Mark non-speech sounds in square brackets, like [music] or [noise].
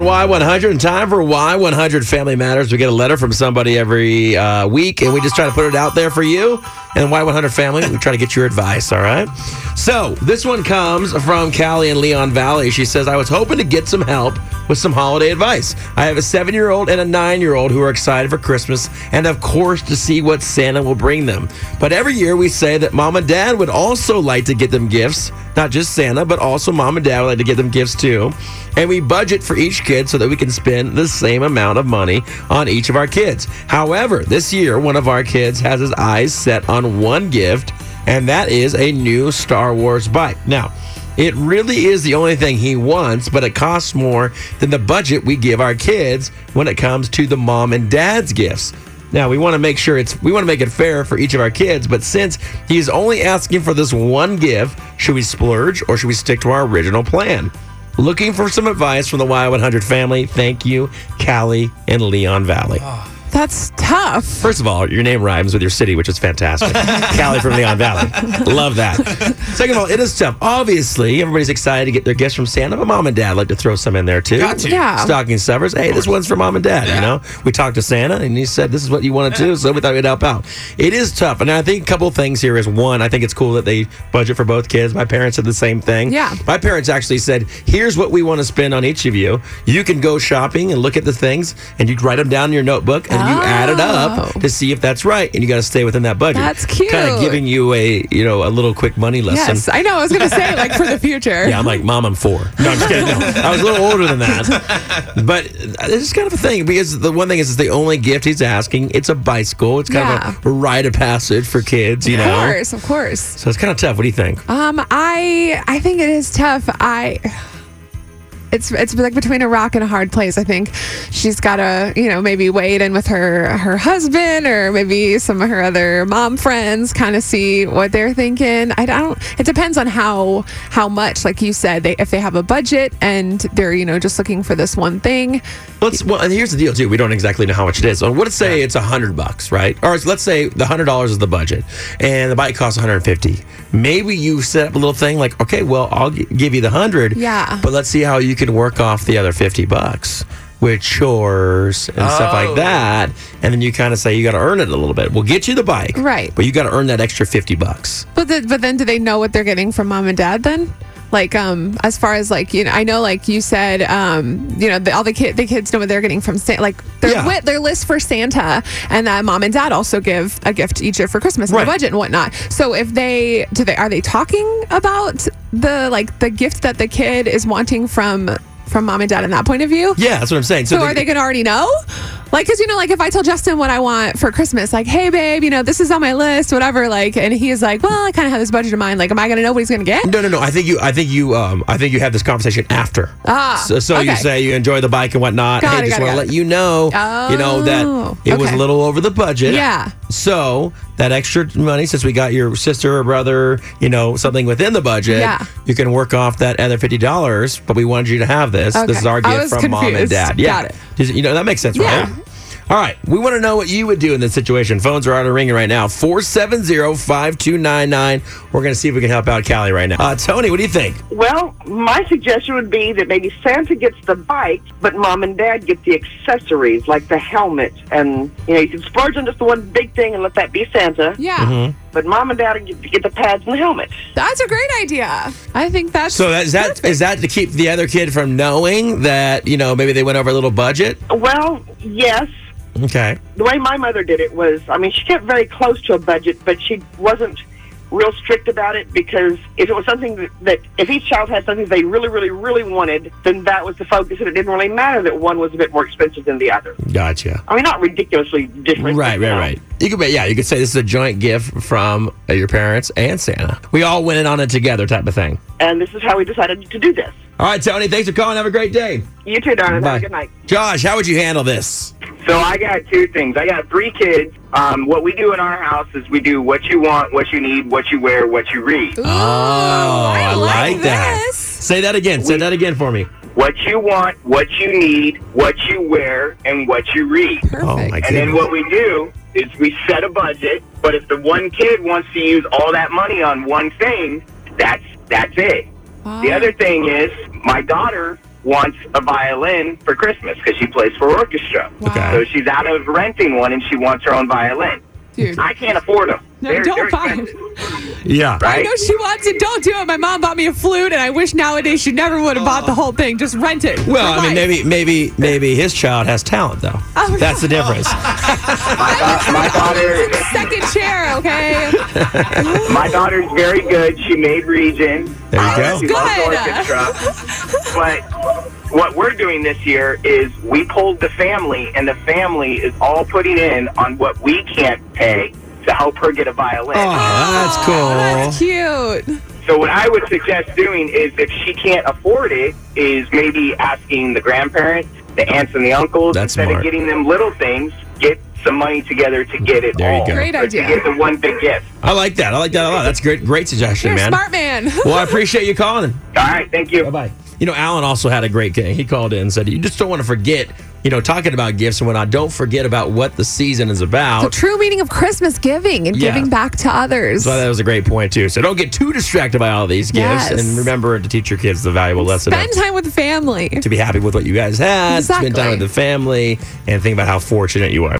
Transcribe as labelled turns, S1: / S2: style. S1: Y100, time for Y100 Family Matters. We get a letter from somebody every uh, week, and we just try to put it out there for you. And Y100 Family, we try to get your advice, all right? So, this one comes from Callie in Leon Valley. She says, I was hoping to get some help with some holiday advice. I have a seven year old and a nine year old who are excited for Christmas and, of course, to see what Santa will bring them. But every year we say that mom and dad would also like to get them gifts, not just Santa, but also mom and dad would like to get them gifts too. And we budget for each kid so that we can spend the same amount of money on each of our kids. However, this year, one of our kids has his eyes set on one gift, and that is a new Star Wars bike. Now, it really is the only thing he wants, but it costs more than the budget we give our kids when it comes to the mom and dad's gifts. Now, we want to make sure it's we want to make it fair for each of our kids, but since he's only asking for this one gift, should we splurge or should we stick to our original plan? Looking for some advice from the Y100 family. Thank you, Callie and Leon Valley.
S2: That's tough.
S1: First of all, your name rhymes with your city, which
S3: [laughs]
S1: is fantastic. Callie from Leon Valley. Love that. Second of all, it is tough. Obviously, everybody's excited to get their gifts from Santa, but mom and dad like to throw some in there too.
S3: Got to.
S2: Yeah.
S1: Stocking stuffers. Hey, this one's for mom and dad. You
S3: Yeah.
S1: know, we talked to Santa and he said this is what you wanted to, so we thought we'd help out. It is tough, and I think a couple things here is one, I think it's cool that they budget for both kids. My parents did the same thing.
S2: Yeah.
S1: My parents actually said, here's what we want to spend on each of you. You can go shopping and look at the things, and you write them down in your notebook, and you add it up
S2: Oh.
S1: to see if that's right. And you got to stay within that budget.
S2: That's
S1: Kind of
S2: cute.
S1: giving you a, you know, a little quick money lesson.
S2: Yes, I know. I was going to say, like, for the future.
S1: [laughs] Yeah, I'm like, Mom, I'm four. No, I'm just kidding. No, I was a little older than that.
S2: [laughs]
S1: But it's kind of a thing because the one thing is, it's the only gift he's asking. It's a bicycle. It's kind of a rite of passage for kids, you
S2: Of
S1: know?
S2: course, of course.
S1: So it's kind of tough. What do you think?
S2: Um, I I think it is tough. I it's it's like between a rock and a hard place. I think she's got to you know maybe wade in with her her husband or maybe some of her other mom friends, kind of see what they're thinking. I don't. It depends on how how much, like you said, they if they have a budget and they're you know just looking for this one thing.
S1: Let's. Well, and here's the deal too. We don't exactly know how much it is. So let's say it's a hundred bucks, right? Or it's- let's say the hundred dollars is the budget, and the bike costs one hundred fifty. Maybe you set up a little thing like, okay, well, I'll gi- give you the hundred.
S2: Yeah.
S1: But let's see how you can work off the other fifty bucks with chores and stuff like
S3: Oh.
S1: that, and then you kind of say you got to earn it a little bit. We'll get you the bike,
S2: Right.
S1: But you got to earn that extra fifty bucks.
S2: But the, but then do they know what they're getting from mom and dad then? Like um as far as like you know I know like you said um you know the, all the kid the kids know what they're getting from Santa like their
S1: Yeah.
S2: wi- their list for Santa and that mom and dad also give a gift each year for Christmas
S1: Right.
S2: and a budget and whatnot. So if they do they are they talking about the like the gift that the kid is wanting from from mom and dad in that point of view?
S1: Yeah, that's what I'm saying.
S2: So are they going to already know? Like, because you know, like if I tell Justin what I want for Christmas, like, hey babe, you know, this is on my list, whatever. Like, and he's like, well, I kind of have this budget in mind. Like, am I going to know what he's going to get?
S1: No, no, no. I think you. I think you. Um, I think you have this conversation after.
S2: Ah,
S1: So, so you
S2: okay.
S1: say you enjoy the bike and whatnot.
S2: Got
S1: hey,
S2: it,
S1: just
S2: got it,
S1: want to
S2: got
S1: let you know. you know
S2: Oh,
S1: that it was a
S2: okay.
S1: little over the budget.
S2: Yeah.
S1: So that extra money, since we got your sister or brother, you know, something within the budget,
S2: Yeah.
S1: you can work off that other fifty dollars. But we wanted you to have this. This
S2: Okay.
S1: is our
S2: I
S1: gift
S2: was
S1: from mom and
S2: confused.
S1: dad.
S2: Got
S1: Yeah.
S2: it.
S1: Does- You know that makes sense,
S2: Yeah.
S1: right? All right, we want to know what you would do in this situation. Phones are already ringing right now 470 5299. We're going to see if we can help out Callie right now. Uh, Tony, what do you think?
S4: Well, my suggestion would be that maybe Santa gets the bike, but mom and dad get the accessories like the helmet, and you know you can splurge on just the one big thing and let that be Santa.
S2: Yeah,
S1: Mm-hmm.
S4: But mom and dad get, get the pads and the helmet.
S2: that's a great idea. I think that's
S1: So that, is, that, is that to keep the other kid from knowing that, you know, maybe they went over a little budget?
S4: Well, yes.
S1: Okay.
S4: The way my mother did it was, I mean, she kept very close to a budget, but she wasn't real strict about it because if it was something that, that if each child had something they really, really, really wanted, then that was the focus, and it didn't really matter that one was a bit more expensive than the other.
S1: Gotcha.
S4: I mean, not ridiculously different.
S1: Right,
S4: but, you
S1: right,
S4: know.
S1: right. You could, be- yeah, you could say this is a joint gift from uh, your parents and Santa. We all went in on it together, type of thing.
S4: And this is how we decided to do this.
S1: All right, Tony, thanks for calling. Have a great day.
S4: You too, Donna. Have
S1: Bye.
S4: a good night.
S1: Josh, how would you handle this?
S5: So I got two things. I got three kids. Um, what we do in our house is we do what you want, what you need, what you wear, what you read.
S2: Ooh,
S1: Oh, I, like, that.
S2: this.
S1: Say that again. Say that again for me.
S5: What you want, what you need, what you wear, and what you read.
S2: Perfect.
S1: Oh my
S5: And then
S1: god.
S5: what we do is we set a budget. But if the one kid wants to use all that money on one thing, that's that's it.
S2: Wow.
S5: The other thing is, my daughter wants a violin for Christmas because she plays for orchestra.
S2: Wow.
S1: Okay.
S5: So she's out of renting one and she wants her own violin.
S2: Dude.
S5: I can't afford them.
S2: No,
S5: they're, they're
S2: don't buy it.
S5: expensive,
S1: Yeah.
S2: I
S5: Right?
S2: know she wants it. Don't do it. My mom bought me a flute, and I wish nowadays she never would have bought the whole thing. Just rent it.
S1: Well,
S2: For
S1: I mean,
S2: life.
S1: maybe, maybe, maybe his child has talent, though.
S2: Oh,
S1: That's the
S2: [laughs]
S1: difference.
S5: My, da- Uh, my daughter,
S2: Second chair, okay?
S5: my daughter's very good. She made Region.
S1: There you
S5: Uh,
S1: go.
S5: She loves
S2: Good.
S5: orchestra. but what we're doing this year is we pulled the family, and the family is all putting in on what we can't pay to help her get a violin.
S1: Oh, [laughs] that's
S2: Aw, That's
S1: cool.
S2: cute.
S5: So what I would suggest doing is if she can't afford it, is maybe asking the grandparents, the aunts and the uncles,
S1: That's
S5: instead
S1: smart.
S5: of getting them little things, get some money together to get it
S1: There you
S5: all.
S1: go.
S2: Great
S5: Or
S2: idea.
S5: To get the one big gift.
S1: I like that. I like that a lot. That's a great, great suggestion,
S2: You're a
S1: man.
S2: smart man.
S1: Well, I appreciate you calling.
S5: All right, thank you.
S1: bye. You know, Alan also had a great thing. He called in and said, "You just don't want to forget." You know, talking about gifts and when I don't forget about what the season is
S2: the
S1: about.
S2: true meaning of Christmas giving and
S1: Yeah.
S2: giving back to others.
S1: So that was a great point too. So don't get too distracted by all these gifts,
S2: Yes.
S1: and remember to teach your kids the valuable lesson of-
S2: Spend time with the family.
S1: to be happy with what you guys had, spend time
S2: Exactly.
S1: with the family, and think about how fortunate you are.